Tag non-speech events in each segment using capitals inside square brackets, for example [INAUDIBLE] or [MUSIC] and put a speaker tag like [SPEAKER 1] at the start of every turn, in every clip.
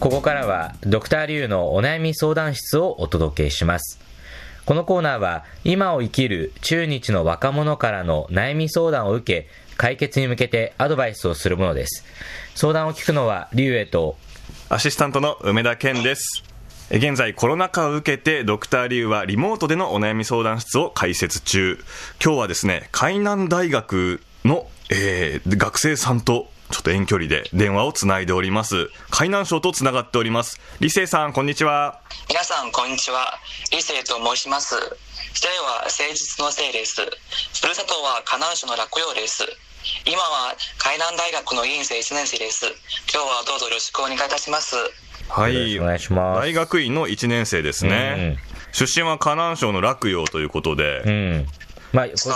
[SPEAKER 1] ここからはドクターリュウのお悩み相談室をお届けしますこのコーナーは今を生きる中日の若者からの悩み相談を受け解決に向けてアドバイスをするものです相談を聞くのはリュウエと
[SPEAKER 2] アシスタントの梅田健です。え現在コロナ禍を受けてドクターリュウはリモートでのお悩み相談室を開設中。今日はですね、海南大学の、えー学生さんとちょっと遠距離で電話をつないでおります。海南省とつながっております。李生さん、こんにちは。
[SPEAKER 3] 皆さんこんにちは理性と申します生は誠実のせいですふるさとは河南省の洛陽です今は海南大学の院生1年生です今日はどうぞよろしくお願いいたします
[SPEAKER 2] は
[SPEAKER 1] よろしくお願いします
[SPEAKER 2] 大学院の1年生ですね。出身は河南省の洛陽ということで、
[SPEAKER 1] うんまあこ
[SPEAKER 3] そう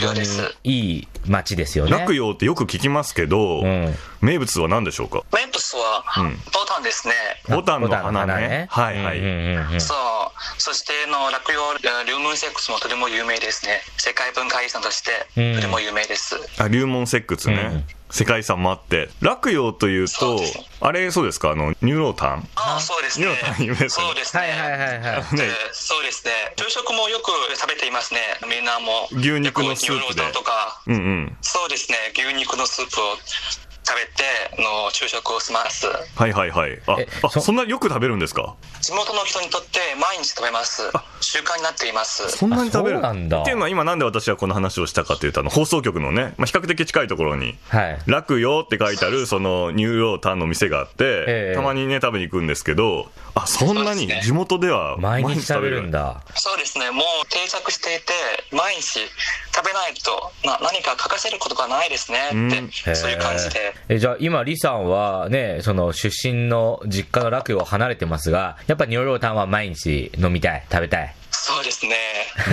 [SPEAKER 1] れ
[SPEAKER 3] 楽
[SPEAKER 1] ね非
[SPEAKER 3] です
[SPEAKER 1] 常にいい街ですよね
[SPEAKER 2] 洛陽ってよく聞きますけど、
[SPEAKER 1] うん
[SPEAKER 2] 名物は何でしょうか
[SPEAKER 3] メンプスは
[SPEAKER 2] うん
[SPEAKER 3] ボタンですね、
[SPEAKER 2] ボタンの
[SPEAKER 1] ボタンの
[SPEAKER 2] 花
[SPEAKER 1] 花
[SPEAKER 2] ね。
[SPEAKER 1] ね
[SPEAKER 2] はいはい。
[SPEAKER 1] うんうんうんうん
[SPEAKER 3] そうそしてあの洛陽えー龍門石窟もとても有名ですね世界文化遺産として
[SPEAKER 1] うん
[SPEAKER 3] とても有名です、
[SPEAKER 2] あ、龍門石窟ね。世界遺産もあって。洛陽という
[SPEAKER 3] そう
[SPEAKER 2] と
[SPEAKER 3] です、
[SPEAKER 2] あれ、そうですか、あの、ニューロータン。
[SPEAKER 3] ああそうですね
[SPEAKER 2] ニューロンさん有名ですね
[SPEAKER 3] そうですね
[SPEAKER 1] はいはいはいはい
[SPEAKER 3] えー
[SPEAKER 2] ね、
[SPEAKER 3] そうですね昼食もよく食べていますねみんなも
[SPEAKER 2] 牛肉のスープで
[SPEAKER 3] よく牛丼とか
[SPEAKER 2] うんうん。
[SPEAKER 3] そうですね牛肉のスープを食べてあの昼食を済ます
[SPEAKER 2] はいはいはい。あ
[SPEAKER 1] え、
[SPEAKER 2] あ
[SPEAKER 1] そ
[SPEAKER 2] そんなよく食べるんですか
[SPEAKER 3] 地元の人にとって毎日食べます習慣になっています
[SPEAKER 2] そんなに食べる
[SPEAKER 1] あそうなんだ
[SPEAKER 2] っていうのは今なんで私はこの話をしたかというと、あの、放送局のね、まあ、比較的近いところに、
[SPEAKER 1] はい
[SPEAKER 2] 楽よって書いてある、その、ニューロータンの店があって、
[SPEAKER 1] ええ
[SPEAKER 2] たまにね、食べに行くんですけど、あ、そんなに
[SPEAKER 3] そうですね
[SPEAKER 2] 地元では
[SPEAKER 1] 毎日食べるん。だ
[SPEAKER 3] そうですねもう定着していて毎日食べないとな何か欠かせることがないですねって、
[SPEAKER 1] へー
[SPEAKER 3] そういう感じで
[SPEAKER 1] えじゃあ今、李さんはね、その出身の実家の楽陽を離れてますが、やっぱニョロタンは毎日飲みたい、食べたい。
[SPEAKER 3] そうですね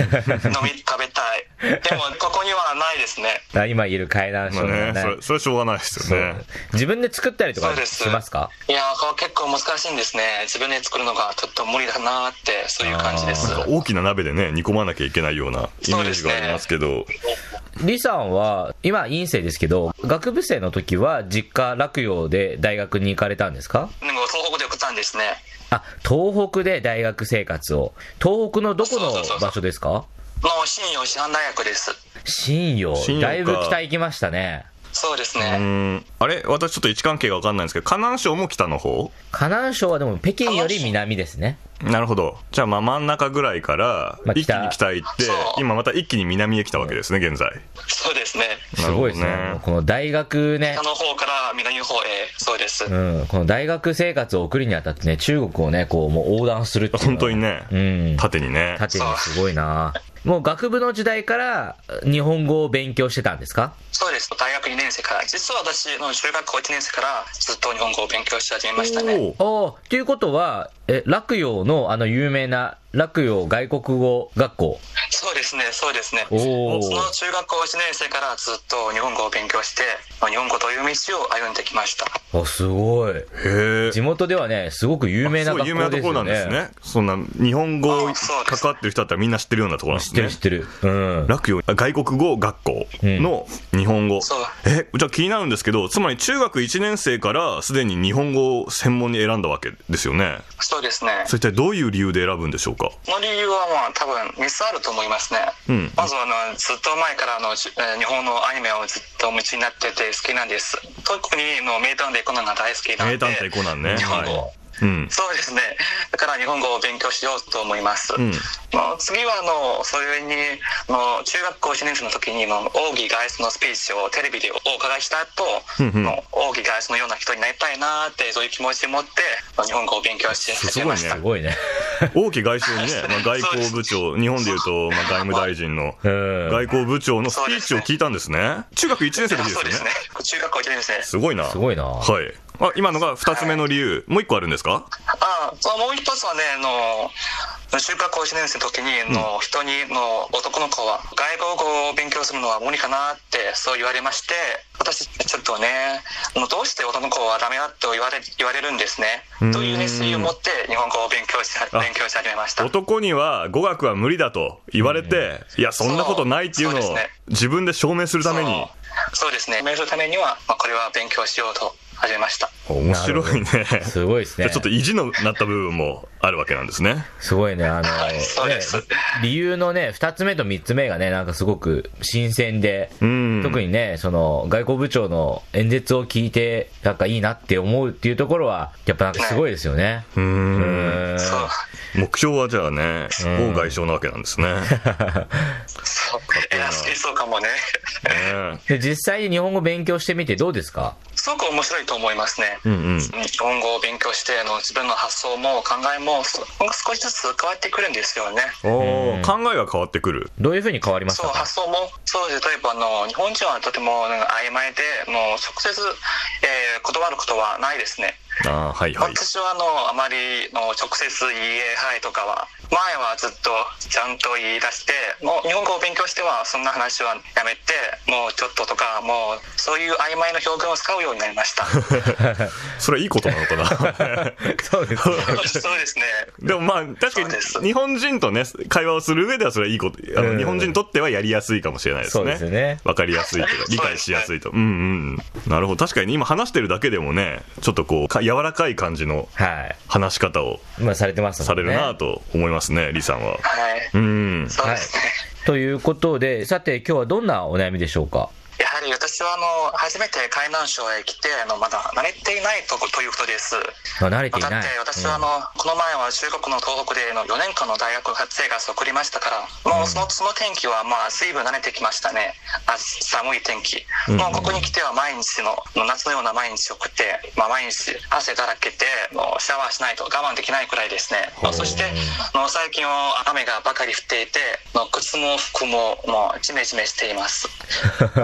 [SPEAKER 3] 飲み食べたいでもここにはないですね
[SPEAKER 1] あ今いる階段
[SPEAKER 2] ま
[SPEAKER 1] 症
[SPEAKER 2] あ
[SPEAKER 1] の
[SPEAKER 2] ね、それ、それはしょうがないです
[SPEAKER 1] そ
[SPEAKER 2] よ
[SPEAKER 1] う
[SPEAKER 2] ね。
[SPEAKER 1] 自分で作ったりと
[SPEAKER 3] そ
[SPEAKER 1] か
[SPEAKER 3] うです
[SPEAKER 1] しますか
[SPEAKER 3] いやーこれは結構難しいんですね自分で作るのがちょっと無理だなーってそういう感じです
[SPEAKER 1] あー
[SPEAKER 2] 大きな鍋でね、煮込まなきゃいけないようなイメージがありますけど、
[SPEAKER 1] 李さんは、今、院生ですけど、学部生の時は実家楽陽で大学に行かれたんですか
[SPEAKER 3] なんか東北で送ったんですね
[SPEAKER 1] あ、東北で大学生活を。東北のどこの
[SPEAKER 3] そうそうそうそう
[SPEAKER 1] 場所ですか
[SPEAKER 3] の信用師範大学です
[SPEAKER 1] 新陽
[SPEAKER 2] 新。陽か
[SPEAKER 1] だいぶ北行きましたね。
[SPEAKER 3] そうです
[SPEAKER 2] う
[SPEAKER 3] ね
[SPEAKER 2] ーんあれ私ちょっと位置関係が分かんないんですけど河南省も北の方
[SPEAKER 1] 河南省はでも北京より南ですね。
[SPEAKER 2] なるほどじゃあまあ真ん中ぐらいから
[SPEAKER 1] まあ北
[SPEAKER 2] 一気に北行って、
[SPEAKER 3] そう
[SPEAKER 2] 今また一気に南へ来たわけですね現在
[SPEAKER 3] そうですね
[SPEAKER 1] すごいですね。
[SPEAKER 2] なるほど
[SPEAKER 1] この大学ね
[SPEAKER 3] 北。の方から南の方へそうです、
[SPEAKER 1] うん、この大学生活を送りにあたってね、中国をね、こう、もう横断するっていうのは
[SPEAKER 2] 本当に。ね、
[SPEAKER 1] うん。
[SPEAKER 2] 縦にね
[SPEAKER 1] 縦にすごいなもう学部の時代から日本語を勉強してたんですか
[SPEAKER 3] そうです大学2年生から実は私の中学校1年生からずっと日本語を勉強し始めましたね
[SPEAKER 2] おー
[SPEAKER 1] おーということは、え、洛陽のあの有名な洛陽外国語学校。
[SPEAKER 3] そうですねそうですね
[SPEAKER 1] おお
[SPEAKER 3] その中学校1年生からずっと日本語を勉強してまあ日本語という道を歩んできました
[SPEAKER 1] あ、すごい。
[SPEAKER 2] へえ
[SPEAKER 1] 地元ではね、すごく有名な学校ですよね。
[SPEAKER 2] ところなんですねそんな日本語
[SPEAKER 3] あそうです
[SPEAKER 2] 関わってる人だったらみんな知ってるようなところなん
[SPEAKER 1] 知
[SPEAKER 2] で
[SPEAKER 1] っ
[SPEAKER 2] す
[SPEAKER 1] てる
[SPEAKER 2] ね
[SPEAKER 1] 知ってる。うん。
[SPEAKER 2] 楽よあ外国語学校の日本語、
[SPEAKER 3] そう
[SPEAKER 2] えじゃあ気になるんですけどつまり中学1年生からすでに日本語を専門に選んだわけですよね
[SPEAKER 3] そうですね
[SPEAKER 2] それ一体どういう理由で選ぶんでしょうか
[SPEAKER 3] その理由はまあ多分3つあると思いますね、
[SPEAKER 2] うん
[SPEAKER 3] まずあのずっと前からあのじえー日本のアニメをずっと夢中になってて好きなんです特にの名探偵コナンが大好きなんで
[SPEAKER 2] 名探偵コナンね。
[SPEAKER 3] 日本語、
[SPEAKER 2] はい。うん。
[SPEAKER 3] そうですねだから日本語を勉強しようと思います、
[SPEAKER 2] うん。
[SPEAKER 3] まあ次はあのそれにあの中学校1年生の時にの奥義外出のスピーチをテレビでお伺いした後、
[SPEAKER 2] うんうん
[SPEAKER 3] の奥義外出のような人になりたいなーってそういう気持ちを持ってまあ日本語を勉強し始めました
[SPEAKER 1] すごいね。
[SPEAKER 2] 王毅外相にね、まあ、外交部長、日本で言うと、まあ、外務大臣の
[SPEAKER 1] うん。
[SPEAKER 2] 外交部長のスピーチを聞いたんですね。中学1年生の時で
[SPEAKER 3] そうですす
[SPEAKER 2] よね
[SPEAKER 3] ね。中学校1年生。
[SPEAKER 2] すごいな。
[SPEAKER 1] すごい
[SPEAKER 2] [LAUGHS]
[SPEAKER 1] な
[SPEAKER 2] はい。あ、今のが2つ目の理由。もう1個あるんですか
[SPEAKER 3] ああ、そうもう一つはね、あの、中学校1年生の時に、あの、人に、あの、男の子は、外国語を勉強するのは無理かなって、そう言われまして、私、ちょっとね、あのどうして男の子はダメだと言われ、言われるんですね
[SPEAKER 2] うーん。
[SPEAKER 3] という熱意を持って、日本語を勉強し、勉強し始めました。
[SPEAKER 2] 男には語学は無理だと言われて、いや、そんなことないっていうのを
[SPEAKER 3] そうですね
[SPEAKER 2] 自分で証明するために。
[SPEAKER 3] そうそうですね。勉強するためには、まあ、これは勉強しようと始めました。
[SPEAKER 2] 面白いね。 [LAUGHS]
[SPEAKER 1] すごいですね。
[SPEAKER 2] ちょっと意地のなった部分もあるわけなんですね。
[SPEAKER 1] すごいね、あの、
[SPEAKER 3] はいそう
[SPEAKER 1] ね
[SPEAKER 3] です、
[SPEAKER 1] 理由のね、二つ目と三つ目がね、なんかすごく新鮮で、
[SPEAKER 2] うん
[SPEAKER 1] 特にね、その、外交部長の演説を聞いて、なんかいいなって思うっていうところは、やっぱなんかすごいですよね。
[SPEAKER 2] うー。
[SPEAKER 1] うんーん
[SPEAKER 3] そう。
[SPEAKER 2] 目標はじゃあね、
[SPEAKER 1] うん
[SPEAKER 2] 王外相なわけなんですね。
[SPEAKER 3] そう
[SPEAKER 2] いいな
[SPEAKER 3] 偉すぎそうかもね。 [LAUGHS]
[SPEAKER 2] ね
[SPEAKER 1] で実際に日本語勉強してみてどうですか
[SPEAKER 3] すごく面白いと思いますね。
[SPEAKER 2] うんうん。
[SPEAKER 3] 日本語を勉強してあの自分の発想も考えもそ少しずつ変わってくるんですよね。
[SPEAKER 2] お
[SPEAKER 1] うん
[SPEAKER 2] ー考えが変わってくる。
[SPEAKER 1] どういうふうに変わりました
[SPEAKER 3] そう
[SPEAKER 1] か
[SPEAKER 3] 発想もそうです例えばあの日本人はとてもなんか曖昧でもう直接、えー断ることはないですね。
[SPEAKER 2] ああ、はいはい。
[SPEAKER 3] 私はあのあまりの直接「いいえはい」とかは前はずっとちゃんと言い出してもう日本語を勉強してはそんな話はやめてもうちょっととかもうそういう曖昧な表現を使うようになりま
[SPEAKER 2] [LAUGHS]
[SPEAKER 3] した
[SPEAKER 2] それはいいことなのかな。
[SPEAKER 1] [LAUGHS] そうですね。
[SPEAKER 3] [LAUGHS] そうですね
[SPEAKER 2] でもまあ、確
[SPEAKER 3] そう
[SPEAKER 2] か
[SPEAKER 3] です
[SPEAKER 2] に、日本人とね、会話をする上ではそれはいいこと、あ
[SPEAKER 1] うん
[SPEAKER 2] の、日本人にとってはやりやすいかもしれないです
[SPEAKER 1] そう
[SPEAKER 2] ね。
[SPEAKER 1] ですよね。
[SPEAKER 2] わかりやすいというか、理解しやすいと。うんうん。なるほど。確かに今話してるだけでもね、ちょっとこう、か柔らかい感じの
[SPEAKER 1] はい。
[SPEAKER 2] 話し方を
[SPEAKER 1] 今されてます
[SPEAKER 2] さ
[SPEAKER 1] も
[SPEAKER 2] れ
[SPEAKER 1] ん
[SPEAKER 2] る
[SPEAKER 1] ね。
[SPEAKER 2] なと思いますね、李さんは。
[SPEAKER 3] はい
[SPEAKER 2] うん。
[SPEAKER 3] そうですね、
[SPEAKER 1] ということで、さて今日はどんなお悩みでしょうか
[SPEAKER 3] やはり私はあの初めて海南省へ来てあのまだ慣れていないとこということです
[SPEAKER 1] あ慣れてい
[SPEAKER 3] だって
[SPEAKER 1] ない。
[SPEAKER 3] 私はあの、この前は中国の東北での4年間の大学生活を送りましたから、もうそのその天気はまあ随分慣れてきましたねあ寒い天気、もうここに来ては毎日のの夏のような毎日を送って、まあ、毎日汗だらけてもうシャワーしないと我慢できないくらいですね
[SPEAKER 2] ほう
[SPEAKER 3] そしてあの最近は雨がばかり降っていての靴も服ももうジメジメしてい [LAUGHS] ます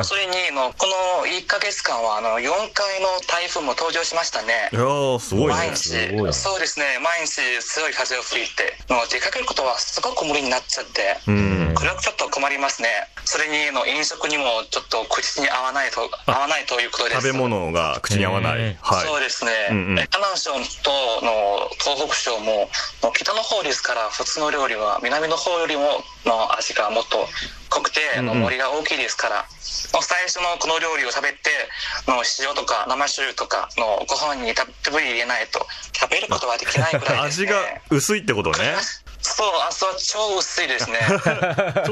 [SPEAKER 3] それにあのこの1ヶ月間はあの4回の台風も登場しましたね
[SPEAKER 2] いやー、すごい
[SPEAKER 3] 毎
[SPEAKER 2] ね。
[SPEAKER 3] 日
[SPEAKER 1] すごいな
[SPEAKER 3] そうですね毎日強い風を吹いてもう出かけることはすごく無理になっちゃって、
[SPEAKER 2] うん。
[SPEAKER 3] これはちょっと困りますねそれにあの飲食にもちょっと口に合わないと合わないということです
[SPEAKER 2] 食べ物が口に合わな
[SPEAKER 1] う
[SPEAKER 2] い
[SPEAKER 1] ん。
[SPEAKER 2] はい。
[SPEAKER 3] そうですね、
[SPEAKER 2] うんうん
[SPEAKER 3] 河南省との東北省ももう北の方ですから普通の料理は南の方よりもの味がもっと濃くて、あの
[SPEAKER 2] うんうん
[SPEAKER 3] 森が大きいですからもう最初のこの料理を食べての塩とか生醤油とかのご飯にたっぷり入れないと食べることはできないぐらい [LAUGHS] です、
[SPEAKER 2] 味
[SPEAKER 3] ね、
[SPEAKER 2] が薄いって
[SPEAKER 3] [LAUGHS]
[SPEAKER 2] ことね。
[SPEAKER 3] そう味は超薄いですね
[SPEAKER 2] そ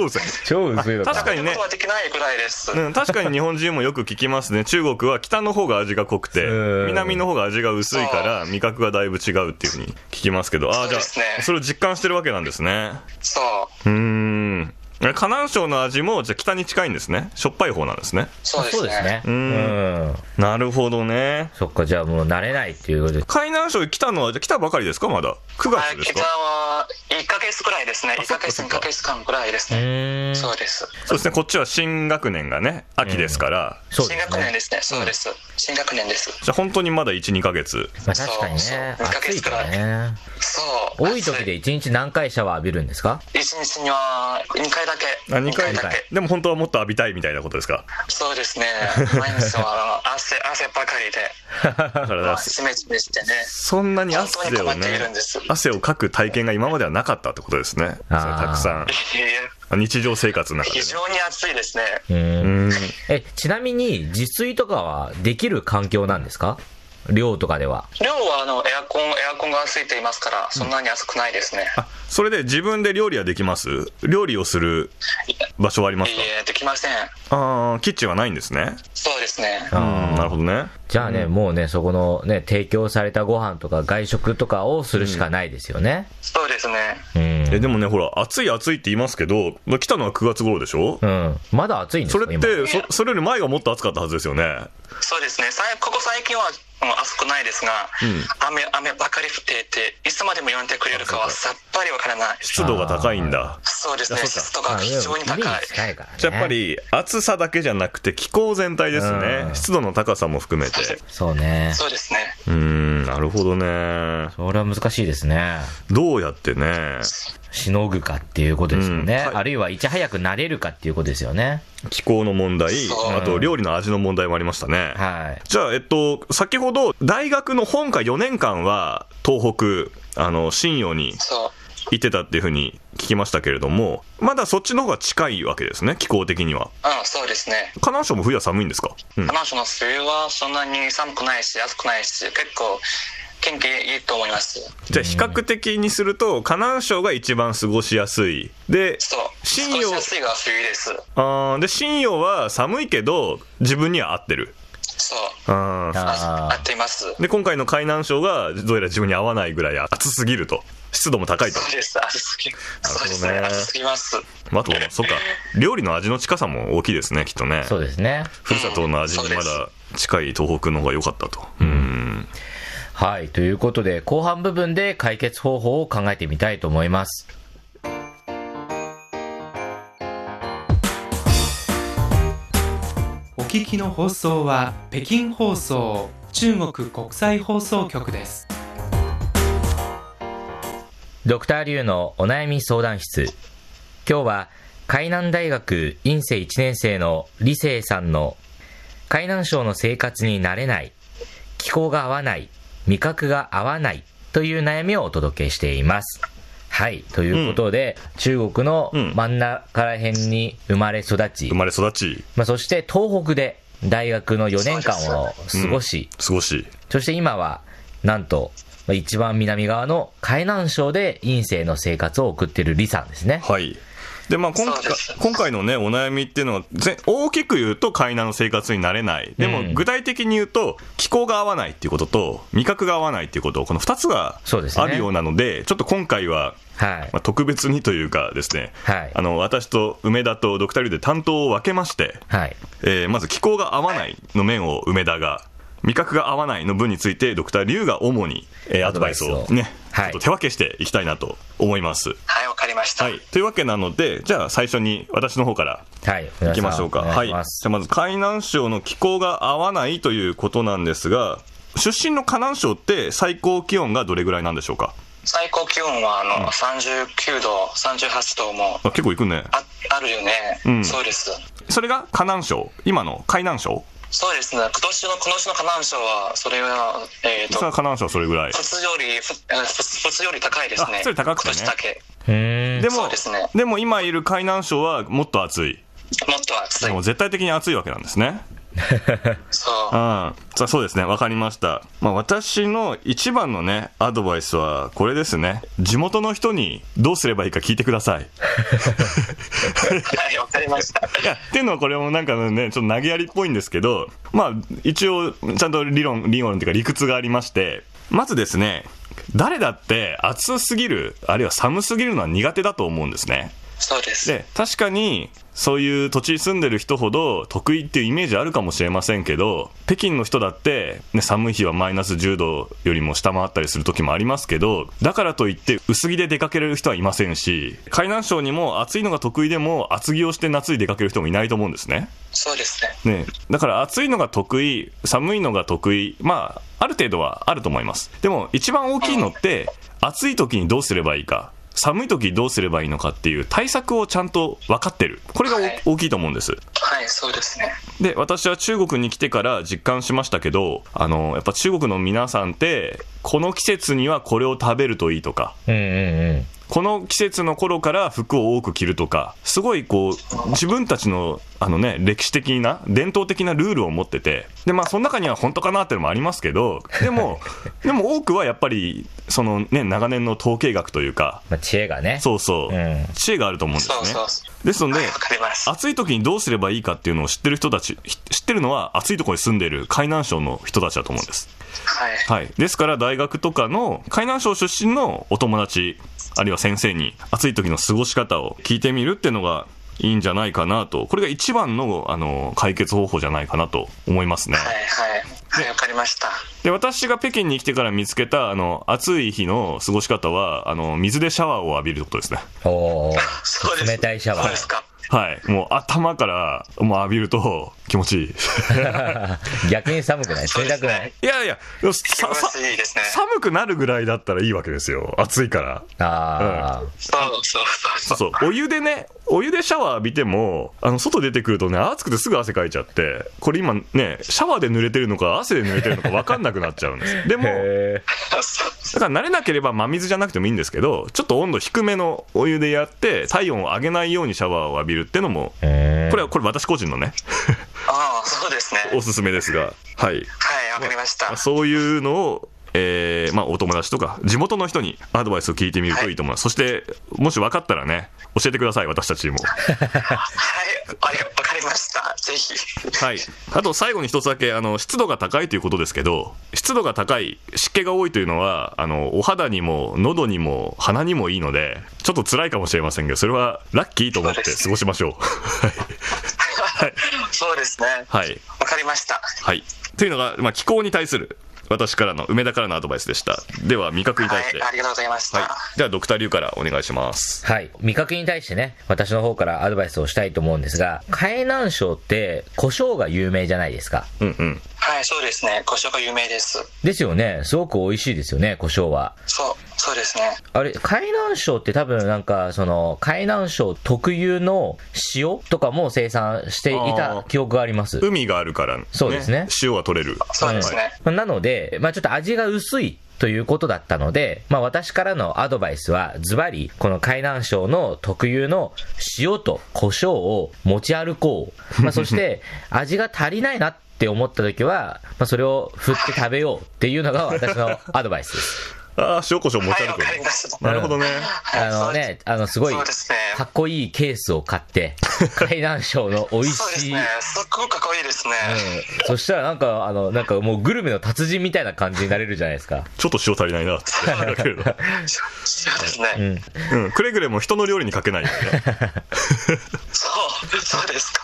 [SPEAKER 2] うですね。
[SPEAKER 1] 超薄いのか。
[SPEAKER 2] 確かに
[SPEAKER 3] 食べる
[SPEAKER 2] ね
[SPEAKER 3] ことはできないぐらいです、
[SPEAKER 2] うん、確かに日本人もよく聞きますね。中国は北の方が味が濃くて
[SPEAKER 1] うん、
[SPEAKER 2] 南の方が味が薄いから、味覚がだいぶ違うっていうふうに聞きますけど、ああ、じゃ
[SPEAKER 3] そうですね
[SPEAKER 2] あ、それを実感してるわけなんですね。
[SPEAKER 3] そう
[SPEAKER 2] うーん。え河南省の味も、じゃあ北に近いんですね。しょっぱい方なんですね。
[SPEAKER 3] そうですね
[SPEAKER 1] そうですね。
[SPEAKER 2] う
[SPEAKER 1] うんん。
[SPEAKER 2] なるほどね。
[SPEAKER 1] そっか、じゃあもう慣れないっていうことで。
[SPEAKER 2] 海南省北のは、じゃあ北ばかりですかまだ。9
[SPEAKER 3] は
[SPEAKER 2] 月
[SPEAKER 3] い、
[SPEAKER 2] です
[SPEAKER 3] 北
[SPEAKER 2] か
[SPEAKER 3] は1ヶ月ぐらいですね。
[SPEAKER 2] あ
[SPEAKER 3] 1
[SPEAKER 2] そっ
[SPEAKER 3] ヶ
[SPEAKER 2] か
[SPEAKER 3] 月、
[SPEAKER 2] そっ
[SPEAKER 3] 2
[SPEAKER 2] か
[SPEAKER 3] ヶ月間ぐらいです
[SPEAKER 1] う
[SPEAKER 3] ね。
[SPEAKER 1] ーん。
[SPEAKER 3] そうです。
[SPEAKER 2] そうですね。こっちは新学年がね、秋ですから、
[SPEAKER 1] そう
[SPEAKER 3] 新
[SPEAKER 1] です
[SPEAKER 3] 学年
[SPEAKER 1] ね。
[SPEAKER 3] ですね。そうです。新学年です。
[SPEAKER 2] じゃあ本当にまだ1、2ヶ月。
[SPEAKER 1] まあ確かに
[SPEAKER 3] そう
[SPEAKER 1] ね。
[SPEAKER 3] そう
[SPEAKER 1] 暑いからね。
[SPEAKER 3] そう。
[SPEAKER 1] 多い時で一日何回シャワー浴びるんですか
[SPEAKER 3] 暑い。1日には2回だけ。
[SPEAKER 2] あ二回
[SPEAKER 3] 二だけ。
[SPEAKER 2] でも本当はもっと浴びたいみたいなことですか [LAUGHS]
[SPEAKER 3] そう
[SPEAKER 1] [LAUGHS]
[SPEAKER 3] ですね。毎日はあの汗、汗ばかりで、
[SPEAKER 2] だか
[SPEAKER 3] ま
[SPEAKER 2] ら
[SPEAKER 3] あ、、しめじめして
[SPEAKER 1] [LAUGHS]
[SPEAKER 3] ね。
[SPEAKER 2] そんなに
[SPEAKER 3] 本当に
[SPEAKER 2] 汗
[SPEAKER 3] 困
[SPEAKER 2] を
[SPEAKER 3] っている
[SPEAKER 2] ね
[SPEAKER 3] ん、です。い
[SPEAKER 2] 汗をかく体験が今まではなかったってことですね。それ
[SPEAKER 1] あー
[SPEAKER 2] たくさ
[SPEAKER 3] えいえ
[SPEAKER 2] ん。日常生活の中で
[SPEAKER 3] 非
[SPEAKER 2] ね。
[SPEAKER 3] 常に暑いですね。
[SPEAKER 1] うー
[SPEAKER 2] う
[SPEAKER 1] ん。
[SPEAKER 2] ん。
[SPEAKER 1] え、ちなみに自炊とかはできる環境なんですか寮とかでは。
[SPEAKER 3] 量はあのエアコン、エアコンがついていますから、そんなに暑くないですね。
[SPEAKER 2] あ、それで自分で料理はできます料理をする場所はありま
[SPEAKER 3] い
[SPEAKER 2] すか
[SPEAKER 3] え、できません。
[SPEAKER 2] ああ、キッチンはないんですね。
[SPEAKER 3] そうですね。
[SPEAKER 2] うん、
[SPEAKER 1] あー
[SPEAKER 2] なるほどね。
[SPEAKER 1] じゃあね、もうね、そこのね、提供されたご飯とか外食とかをするしかないですよね。
[SPEAKER 3] そうですね。
[SPEAKER 1] うん。
[SPEAKER 2] え、でもね、ほら、暑い暑いって言いますけど、来たのは9月頃でしょ
[SPEAKER 1] うん。まだ暑いんです
[SPEAKER 2] そ
[SPEAKER 1] か
[SPEAKER 2] れっ
[SPEAKER 1] 今
[SPEAKER 2] て、そ、それより前がもっと暑かったはずですよね。
[SPEAKER 3] そうですね、さいここ最近はうん暑くないですが、雨雨ばかり降っていて、いつまでも呼んでくれるかはさっぱりわからない、
[SPEAKER 2] 湿度が高いんだ。
[SPEAKER 3] そうですね、
[SPEAKER 2] あそうか
[SPEAKER 3] 湿度が非常に高い、
[SPEAKER 1] あでも耳近いからね。
[SPEAKER 2] やっぱ。り暑さだけじゃなくて気候全体ですね
[SPEAKER 1] う。ん
[SPEAKER 2] 湿度の高さも含めて。
[SPEAKER 1] そうね。
[SPEAKER 3] そうですね、
[SPEAKER 2] うーん、なるほどね。
[SPEAKER 1] それは難しいですね。
[SPEAKER 2] どうやってね、
[SPEAKER 1] しのぐかっていうことですよね。
[SPEAKER 2] うんはい
[SPEAKER 1] あるいはいち早く慣れるかっていうことですよね。
[SPEAKER 2] 気候の問題
[SPEAKER 3] そう、
[SPEAKER 2] あと料理の味の問題もありましたね。
[SPEAKER 1] はい。
[SPEAKER 2] じゃあ、えっと、先ほど、大学の本科4年間は、東北、あの、信用に
[SPEAKER 3] そう、
[SPEAKER 2] 行ってたっていうふうに聞きましたけれども、まだそっちの方が近いわけですね、気候的には。
[SPEAKER 3] うん、そうですね。
[SPEAKER 2] 河南省も冬は寒いんですかうん
[SPEAKER 3] 彼。女の冬はそんなに寒くないし、暑くないし、結構、天気いいと思います。
[SPEAKER 2] じゃあ比較的にすると、河南省が一番過ごしやすい。で、
[SPEAKER 3] そう。
[SPEAKER 2] 信
[SPEAKER 3] 少
[SPEAKER 2] 用
[SPEAKER 3] し安いが冬です。
[SPEAKER 2] あーで、信用は寒いけど、自分には合ってる。
[SPEAKER 3] そ
[SPEAKER 2] あ
[SPEAKER 3] う。
[SPEAKER 2] ー
[SPEAKER 1] あ
[SPEAKER 3] あ
[SPEAKER 1] ー
[SPEAKER 3] 合っています。そ
[SPEAKER 2] で、今回の海南省が、どうやら自分に合わないぐらい暑すぎると。湿度も高いと。
[SPEAKER 3] うです。暑すぎ。そうです
[SPEAKER 2] な
[SPEAKER 3] ね。
[SPEAKER 2] るほどね
[SPEAKER 3] 暑すぎます。
[SPEAKER 2] まあ、あと、そっか、料理の味の近さも大きいですね、きっとね。
[SPEAKER 1] そうですね。
[SPEAKER 2] ふるさとの味にま
[SPEAKER 3] うんそ
[SPEAKER 2] だ近い東北の方が良かったと。うん。
[SPEAKER 1] はい。ということで、後半部分で解決方法を考えてみたいと思います。
[SPEAKER 4] お聞きの放送は北京放送中国国際放送局です。
[SPEAKER 1] ドクターリュウのお悩み相談室。今日は、海南大学院生1年生の李生さんの、海南省の生活に慣れない、気候が合わない、味覚が合わないという悩みをお届けしています。はい。ということで、中国の
[SPEAKER 2] うん
[SPEAKER 1] 真ん中ら辺に生まれ育ち、
[SPEAKER 2] 生まれ育ち、
[SPEAKER 1] まあ、そして東北で大学の4年間を過ごし、
[SPEAKER 2] 過ごし。
[SPEAKER 1] そして今は、なんと、まあ一番南側の海南省で陰性の生活を送っている李さんですね。
[SPEAKER 2] はい。で、まあ今
[SPEAKER 3] そ
[SPEAKER 2] 回
[SPEAKER 3] うです、
[SPEAKER 2] 今回のね、お悩みっていうのは、ぜ大きく言うと、海南の生活になれない。で
[SPEAKER 1] う
[SPEAKER 2] も、
[SPEAKER 1] ん
[SPEAKER 2] 具体的に言うと、気候が合わないっていうことと、味覚が合わないっていうこと、この2つが
[SPEAKER 1] そうですね
[SPEAKER 2] あるようなので、ちょっと今回は、
[SPEAKER 1] はい
[SPEAKER 2] ま。あ、特別にというかですね、
[SPEAKER 1] はい
[SPEAKER 2] あの、私と梅田とドクタリュウで担当を分けまして、
[SPEAKER 1] はい。
[SPEAKER 2] えーまず気候が合わないの面を梅田が、味覚が合わないの分について、ドクター・リュウが主に、えーアドバイス
[SPEAKER 1] アドバ
[SPEAKER 2] を
[SPEAKER 1] イスを
[SPEAKER 2] ね、
[SPEAKER 1] はい
[SPEAKER 2] ちょっと手分けしていきたいなと思います。
[SPEAKER 3] はい、わかりました。
[SPEAKER 2] はい。というわけなので、じゃあ最初に私の方から
[SPEAKER 1] はい。
[SPEAKER 2] 行きましょうか。
[SPEAKER 1] お願
[SPEAKER 2] はいい。
[SPEAKER 1] し
[SPEAKER 2] じゃ
[SPEAKER 1] ます
[SPEAKER 2] あまず海南省の気候が合わないということなんですが、出身の河南省って最高気温がどれぐらいなんでしょうか
[SPEAKER 3] 最高気温は、あの、39度、38度も
[SPEAKER 2] あ結構いくね。
[SPEAKER 3] ああるよね、
[SPEAKER 2] うん
[SPEAKER 3] そうです。
[SPEAKER 2] それが河南省、今の海南省
[SPEAKER 3] そうですね。今年の、この年の河南省は、それは、えっ、
[SPEAKER 2] それは
[SPEAKER 3] と、
[SPEAKER 2] 河南省はそれぐらい。
[SPEAKER 3] 普通より、ふえー普普通より高いです
[SPEAKER 2] あ
[SPEAKER 3] ね。
[SPEAKER 2] それ高くてね
[SPEAKER 3] 今年だけ。
[SPEAKER 1] うーん。
[SPEAKER 2] で
[SPEAKER 3] そう
[SPEAKER 2] も
[SPEAKER 3] ですね、
[SPEAKER 2] でも今いる海南省はもっと暑い。
[SPEAKER 3] もっと暑い
[SPEAKER 2] もう。絶対的に暑いわけなんですね。
[SPEAKER 3] そう
[SPEAKER 2] うん。。さあそうですね。わかりました。まあ私の一番のね、アドバイスはこれですね。地元の人にどうすればいいか聞いてください。
[SPEAKER 3] はい、わかりました。
[SPEAKER 2] いや、っていうのはこれもなんかね、ちょっと投げやりっぽいんですけど、まあ一応ちゃんと理論、理論っていうか理屈がありまして、まずですね、誰だって暑すぎる、あるいは寒すぎるのは苦手だと思うんですね。
[SPEAKER 3] そうです。
[SPEAKER 2] で確かにそういう土地に住んでる人ほど得意っていうイメージあるかもしれませんけど北京の人だって、ね、寒い日はマイナス10度よりも下回ったりする時もありますけどだからといって薄着で出かけれる人はいませんし海南省にも暑いのが得意でも厚着をして夏に出かける人もいないと思うんですね。
[SPEAKER 3] そうですね。
[SPEAKER 2] ね、だから暑いのが得意、寒いのが得意、まあ、ある程度はあると思います。でも、一番大きいのって、暑い時にどうすればいいか、寒い時にどうすればいいのかっていう対策をちゃんと分かってる。これがお
[SPEAKER 3] はい
[SPEAKER 2] 大きいと思うんです。
[SPEAKER 3] はい、そうですね。
[SPEAKER 2] で、私は中国に来てから実感しましたけど、あの、やっぱ中国の皆さんって、この季節にはこれを食べるといいとか、
[SPEAKER 1] うんうんうん。
[SPEAKER 2] この季節の頃から服を多く着るとか、すごいこう、自分たちの、あのね、歴史的な、伝統的なルールを持ってて、で、まあ、その中には本当かなっていうのもありますけど、でも、でも多くはやっぱり、そのね、長年の統計学というか、
[SPEAKER 1] まあ、知恵がね。
[SPEAKER 2] そうそう、
[SPEAKER 1] うん
[SPEAKER 2] 知恵があると思うんですね。
[SPEAKER 3] そうそうそ
[SPEAKER 2] ですの
[SPEAKER 3] う。
[SPEAKER 2] で
[SPEAKER 3] はい、、わかります。
[SPEAKER 2] 暑い時にどうすればいいかっていうのを知ってる人たち、ひ知ってるのは暑いところに住んでいる海南省の人たちだと思うんです。
[SPEAKER 3] はい。
[SPEAKER 2] はい。ですから、大学とかの、海南省出身のお友達、あるいは先生に、暑い時の過ごし方を聞いてみるっていうのが、いいんじゃないかなと。これが一番の、あの、解決方法じゃないかなと思いますね。
[SPEAKER 3] はいはい。はい、わかりました。
[SPEAKER 2] で、私が北京に来てから見つけた、あの、暑い日の過ごし方は、あの、水でシャワーを浴びることですね。
[SPEAKER 1] おお。
[SPEAKER 3] そうです。
[SPEAKER 1] 冷たいシャワー
[SPEAKER 3] そうですか。
[SPEAKER 2] はい。もう頭から、もう浴びると、気持ちいい。
[SPEAKER 1] 逆に寒くない
[SPEAKER 3] そう
[SPEAKER 1] 冷
[SPEAKER 3] で
[SPEAKER 1] た
[SPEAKER 3] す
[SPEAKER 1] くない
[SPEAKER 3] ね。
[SPEAKER 2] いやいや、
[SPEAKER 3] 気
[SPEAKER 2] さ
[SPEAKER 3] 持
[SPEAKER 2] さ
[SPEAKER 3] ちいいですね。
[SPEAKER 2] 寒くなるぐらいだったらいいわけですよ。暑いから。
[SPEAKER 1] ああ、
[SPEAKER 3] そうそうそう。
[SPEAKER 2] そう、お湯でね、お湯でシャワー浴びても、あの、外出てくるとね、暑くてすぐ汗かいちゃって、これ今ね、シャワーで濡れてるのか、汗で濡れてるのか分かんなくなっちゃうん
[SPEAKER 3] [LAUGHS]
[SPEAKER 2] です。でも、
[SPEAKER 1] へ
[SPEAKER 3] そ
[SPEAKER 2] だ
[SPEAKER 3] う
[SPEAKER 2] から慣れなければ真水じゃなくてもいいんですけど、ちょっと温度低めのお湯でやって、体温を上げないようにシャワーを浴びるってのも、
[SPEAKER 1] え
[SPEAKER 2] これは、これ私個人のね、
[SPEAKER 3] ああ、そうですね。
[SPEAKER 2] おすすめですが、はい。
[SPEAKER 3] はい、わかりました。
[SPEAKER 2] そういうのを、えーまあ、お友達とか、地元の人にアドバイスを聞いてみるといいと思います。そして、もし分かったらね、教えてください、私たちにも。
[SPEAKER 3] はい、あれわかりました。ぜひ。
[SPEAKER 2] はい、あと最後に一つだけあの湿度が高いということですけど湿度が高い湿気が多いというのはあのお肌にも喉にも鼻にもいいのでちょっと辛いかもしれませんけどそれはラッキーと思って過ごしましょう。 [LAUGHS]
[SPEAKER 3] そうですね。
[SPEAKER 2] はい、はい
[SPEAKER 3] わかりました。
[SPEAKER 2] はい、というのが、まあ、気候に対する私からの梅田からのアドバイスでしたでは味覚に
[SPEAKER 3] は
[SPEAKER 2] 対して、
[SPEAKER 3] い、あ
[SPEAKER 2] はい、
[SPEAKER 3] りがとうございました。
[SPEAKER 2] ではドクター龍からお願いします。
[SPEAKER 1] はい。味覚に対してね、私の方からアドバイスをしたいと思うんですが、海南省って胡椒が有名じゃないですか。
[SPEAKER 2] うんうん、
[SPEAKER 3] はい、そうですね。胡椒が有名です。
[SPEAKER 1] ですよね。すごく美味しいですよね、胡椒は。
[SPEAKER 3] そう、そうですね。
[SPEAKER 1] あれ、海南省って多分なんか、その、海南省特有の塩とかも生産してい
[SPEAKER 2] あ
[SPEAKER 1] た
[SPEAKER 2] ー
[SPEAKER 1] 記憶があります。
[SPEAKER 2] 海があるから、
[SPEAKER 1] そうですね
[SPEAKER 2] 塩は取れる
[SPEAKER 3] そうですね。
[SPEAKER 1] はいなので、まあちょっと味が薄いということだったので、まあ私からのアドバイスは、ズバリ、この海南省の特有の塩と胡椒を持ち歩こう。まあそ
[SPEAKER 3] [LAUGHS]
[SPEAKER 1] して、味が足りないなって思った時は、まあそれを振って食べようっていうのが私のアドバイスです。
[SPEAKER 2] ああ塩コショウ持ち
[SPEAKER 3] はい、
[SPEAKER 2] 歩
[SPEAKER 3] わ
[SPEAKER 2] く、
[SPEAKER 3] かりました。
[SPEAKER 2] なるほどね
[SPEAKER 3] はい
[SPEAKER 1] あのね、あのすごい、
[SPEAKER 3] そうですね
[SPEAKER 1] かっこいいケースを買
[SPEAKER 3] [LAUGHS]
[SPEAKER 1] って、海南省の美味
[SPEAKER 3] そうです
[SPEAKER 1] しい、
[SPEAKER 3] ね。すっごくかっこいいですね。
[SPEAKER 1] うんそしたらなんか、あの、なんかもうグルメの達人みたいな感じになれるじゃないですか。
[SPEAKER 2] ちょっと塩足りないなってだ
[SPEAKER 3] [LAUGHS]
[SPEAKER 2] けど
[SPEAKER 3] そうです
[SPEAKER 1] う
[SPEAKER 3] ね。
[SPEAKER 1] ん。
[SPEAKER 2] うん、くれぐれも人の料理にかけないよう
[SPEAKER 1] [LAUGHS]
[SPEAKER 2] にね。
[SPEAKER 3] そう、そうですか。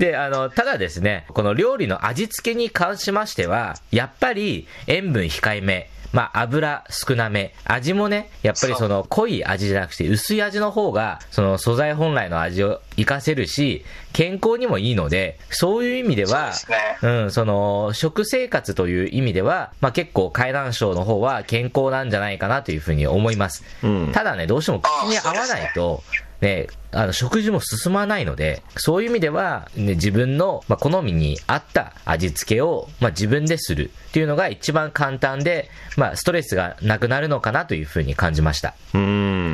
[SPEAKER 1] で、あの、ただですね、この料理の味付けに関しましては、やっぱり塩分控えめ、まあ油少なめ、味もね、やっぱりその濃い味じゃなくて薄い味の方が、その素材本来の味を活かせるし、健康にもいいので、そういう意味では、
[SPEAKER 3] そうです
[SPEAKER 1] うん、その、食生活という意味では、まあ結構海南省の方は健康なんじゃないかなというふうに思います。
[SPEAKER 2] うん
[SPEAKER 1] ただね、どうしても口に合わないと、ね、あの、食事も進まないので、そういう意味では、ね、自分の、まあ、好みに合った味付けを、まあ、自分でするっていうのが一番簡単で、まあ、ストレスがなくなるのかなというふうに感じました。
[SPEAKER 2] うー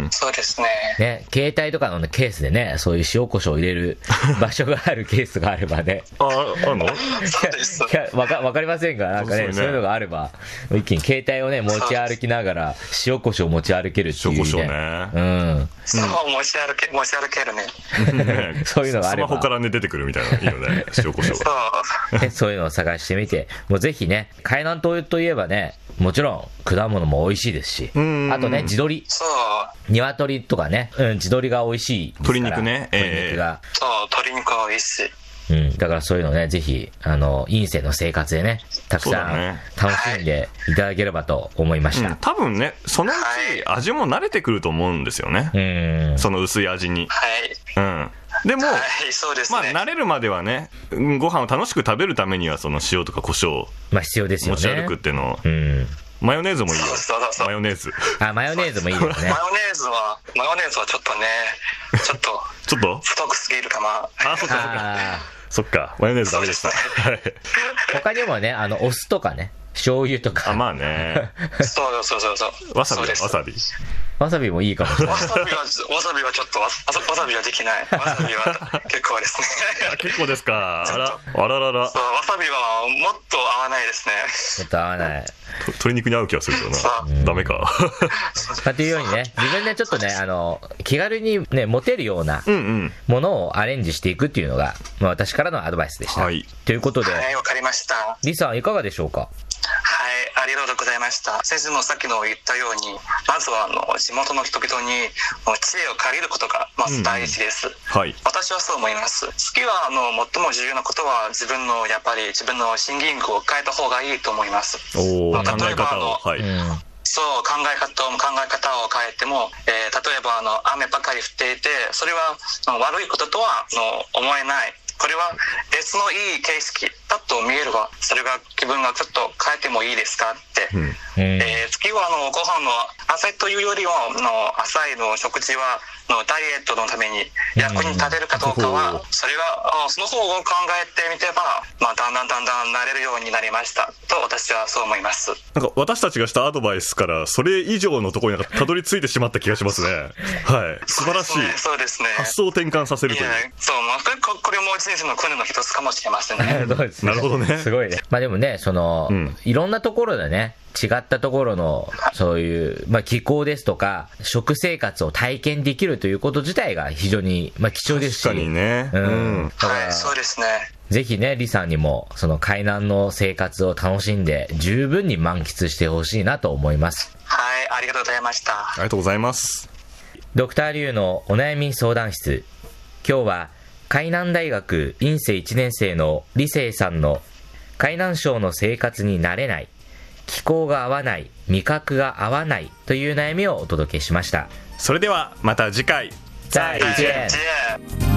[SPEAKER 2] ん。
[SPEAKER 3] そうですね。
[SPEAKER 1] ね、携帯とかのねケースでね、そういう塩コショウを入れ
[SPEAKER 2] [LAUGHS]
[SPEAKER 1] る場所があるケースがあればね、
[SPEAKER 2] あ、あるの
[SPEAKER 3] そうです。
[SPEAKER 1] いや、わか、わかりませんが、なんかね、
[SPEAKER 2] そうです
[SPEAKER 1] そ
[SPEAKER 2] ね
[SPEAKER 1] ういうのがあれば、一気に携帯をね、持ち歩きながら、塩コショウを持ち歩けるっていう、
[SPEAKER 2] 塩コショウ
[SPEAKER 1] うん。
[SPEAKER 3] そう、持ち歩け、持ち歩けるね。
[SPEAKER 2] ね。 [LAUGHS]
[SPEAKER 1] そういうのがあれば
[SPEAKER 2] スマホからね、出てくるみたいな。いいよ
[SPEAKER 1] [LAUGHS]
[SPEAKER 2] ね。塩コショウ
[SPEAKER 3] そ
[SPEAKER 2] が。
[SPEAKER 3] う。
[SPEAKER 1] ね [LAUGHS] そういうのを探してみて、もうぜひね、海南島といえばね、もちろん果物も美味しいですし、
[SPEAKER 2] うん
[SPEAKER 1] あとね、地鶏、
[SPEAKER 3] そう、
[SPEAKER 1] 鶏とかね、うん、地鶏が美味しいですから。
[SPEAKER 2] 鶏肉ねえ
[SPEAKER 1] 鶏
[SPEAKER 2] え
[SPEAKER 1] 肉が。
[SPEAKER 3] そう、鶏肉は美味しい。
[SPEAKER 1] うん、だからそういうのね、ぜひ、あの、陰性の生活でね、たく
[SPEAKER 2] そうだ
[SPEAKER 1] さん
[SPEAKER 2] ね
[SPEAKER 1] 楽しんでいただければと思いまし
[SPEAKER 2] うん、
[SPEAKER 1] た。
[SPEAKER 2] 多分ね、そのう
[SPEAKER 3] はい
[SPEAKER 2] ち味も慣れてくると思うんですよね
[SPEAKER 1] う。ん、
[SPEAKER 2] その薄い味に。
[SPEAKER 3] はい。
[SPEAKER 2] うん。でも、
[SPEAKER 3] はい、そうです
[SPEAKER 2] まあ、
[SPEAKER 3] ね。
[SPEAKER 2] 慣れるまではね、うんご飯を楽しく食べるためには、その塩とか胡椒を
[SPEAKER 1] まあ必要ですよ
[SPEAKER 2] 持
[SPEAKER 1] ね。
[SPEAKER 2] ち歩くっていうのを、
[SPEAKER 1] うん。
[SPEAKER 2] マヨネーズもいいよ
[SPEAKER 3] そう。そうそうそう
[SPEAKER 2] マヨネーズ。
[SPEAKER 1] あ、マヨネーズもいい
[SPEAKER 2] [LAUGHS]
[SPEAKER 1] ですね
[SPEAKER 3] マ。ヨネーズは、マヨネーズはちょっとね、ちょっと
[SPEAKER 2] ちょっと
[SPEAKER 3] 太くすぎるかな。
[SPEAKER 2] あ、そっかそっか。
[SPEAKER 1] あー
[SPEAKER 2] そっか、マヨネーズダメでした。はい。
[SPEAKER 1] 他にもね、あの、お酢とかね、醤油と
[SPEAKER 2] あ、
[SPEAKER 1] か、
[SPEAKER 2] まあね。
[SPEAKER 3] そうそうそうそう。
[SPEAKER 2] わさ
[SPEAKER 3] そう
[SPEAKER 2] び
[SPEAKER 3] で
[SPEAKER 2] だ
[SPEAKER 3] す
[SPEAKER 2] わさび。
[SPEAKER 1] わさびもいいかもしれない。
[SPEAKER 3] わさびは、わさびはちょっとわ、わさわさびはできない。わさび
[SPEAKER 2] [LAUGHS]
[SPEAKER 3] は結構ですね。
[SPEAKER 2] あ結構ですか。あら、あららら。
[SPEAKER 3] そう、わさびはもっと合わないですね。
[SPEAKER 1] ちょっと合わない。
[SPEAKER 2] と鶏肉に合う気がするけど
[SPEAKER 3] そ
[SPEAKER 2] な。ダメか。
[SPEAKER 1] まあ、というようにね、自分でちょっとね、あの、気軽にね、持てるような
[SPEAKER 2] うんうん。
[SPEAKER 1] ものをアレンジしていくっていうのが、まあ、私からのアドバイスでした。
[SPEAKER 2] はい
[SPEAKER 1] ということで、
[SPEAKER 3] はい、わかりました。はい、
[SPEAKER 1] リさんいかがでしょうか
[SPEAKER 3] ありがとうございました。先生もさっきの言ったように、まずは、あの、地元の人々に、あの知恵を借りることが、まず大事です。
[SPEAKER 2] はい。
[SPEAKER 3] 私はそう思います。次は、あの、最も重要なことは、自分の、やっぱり、自分のシンギングを変えた方がいいと思います。
[SPEAKER 2] おお、
[SPEAKER 3] ま
[SPEAKER 2] 考
[SPEAKER 3] あ例
[SPEAKER 2] え
[SPEAKER 3] えば
[SPEAKER 2] 方を。
[SPEAKER 3] あ
[SPEAKER 2] は
[SPEAKER 3] の
[SPEAKER 1] う
[SPEAKER 2] い。
[SPEAKER 1] ん。
[SPEAKER 3] そう、考え方を、考え方を変えても、えー例えば、あの、雨ばかり降っていて、それは、あの悪いこととは、あの、思えない。これは別のいい景色だと見えるわそれが気分がちょっと変えてもいいですかって、
[SPEAKER 2] うん
[SPEAKER 1] うん
[SPEAKER 3] えー次はあのご飯の朝というよりはあの朝への食事はあのダイエットのために役に立てるかどうか
[SPEAKER 2] うん
[SPEAKER 3] はそれがあその方を考えてみてば、まあ、だんだんだんだん慣れるようになりましたと私はそう思います
[SPEAKER 2] なんか私たちがしたアドバイスからそれ以上のところになんかたどり着いてしまった気がしますね。はい。素晴らしい。
[SPEAKER 3] そうですね
[SPEAKER 2] 発想を転換させる
[SPEAKER 3] い
[SPEAKER 2] という
[SPEAKER 3] や。そうまあこれここれも人生の訓練の一つかもしれません [LAUGHS] ね
[SPEAKER 1] そうですね
[SPEAKER 2] なるほどね
[SPEAKER 1] すごいね。まあでもね、その、
[SPEAKER 2] うん
[SPEAKER 1] いろんなところでね、違ったところの、そういう、まあ気候ですとか、食生活を体験できるということ自体が非常に、まあ貴重ですし。
[SPEAKER 2] 確かにね。
[SPEAKER 1] う。
[SPEAKER 2] うんん。
[SPEAKER 1] だから
[SPEAKER 3] はいそうですね
[SPEAKER 1] ぜひね、リさんにも、その海南の生活を楽しんで、十分に満喫してほしいなと思います。
[SPEAKER 3] はいありがとうございました
[SPEAKER 2] ありがとうございます。
[SPEAKER 1] ドクターリュウのお悩み相談室。今日は、海南大学院生1年生の李生さんの、海南省の生活に慣れない、気候が合わない、味覚が合わないという悩みをお届けしました。
[SPEAKER 2] それではまた次回。
[SPEAKER 1] 再
[SPEAKER 3] 再见。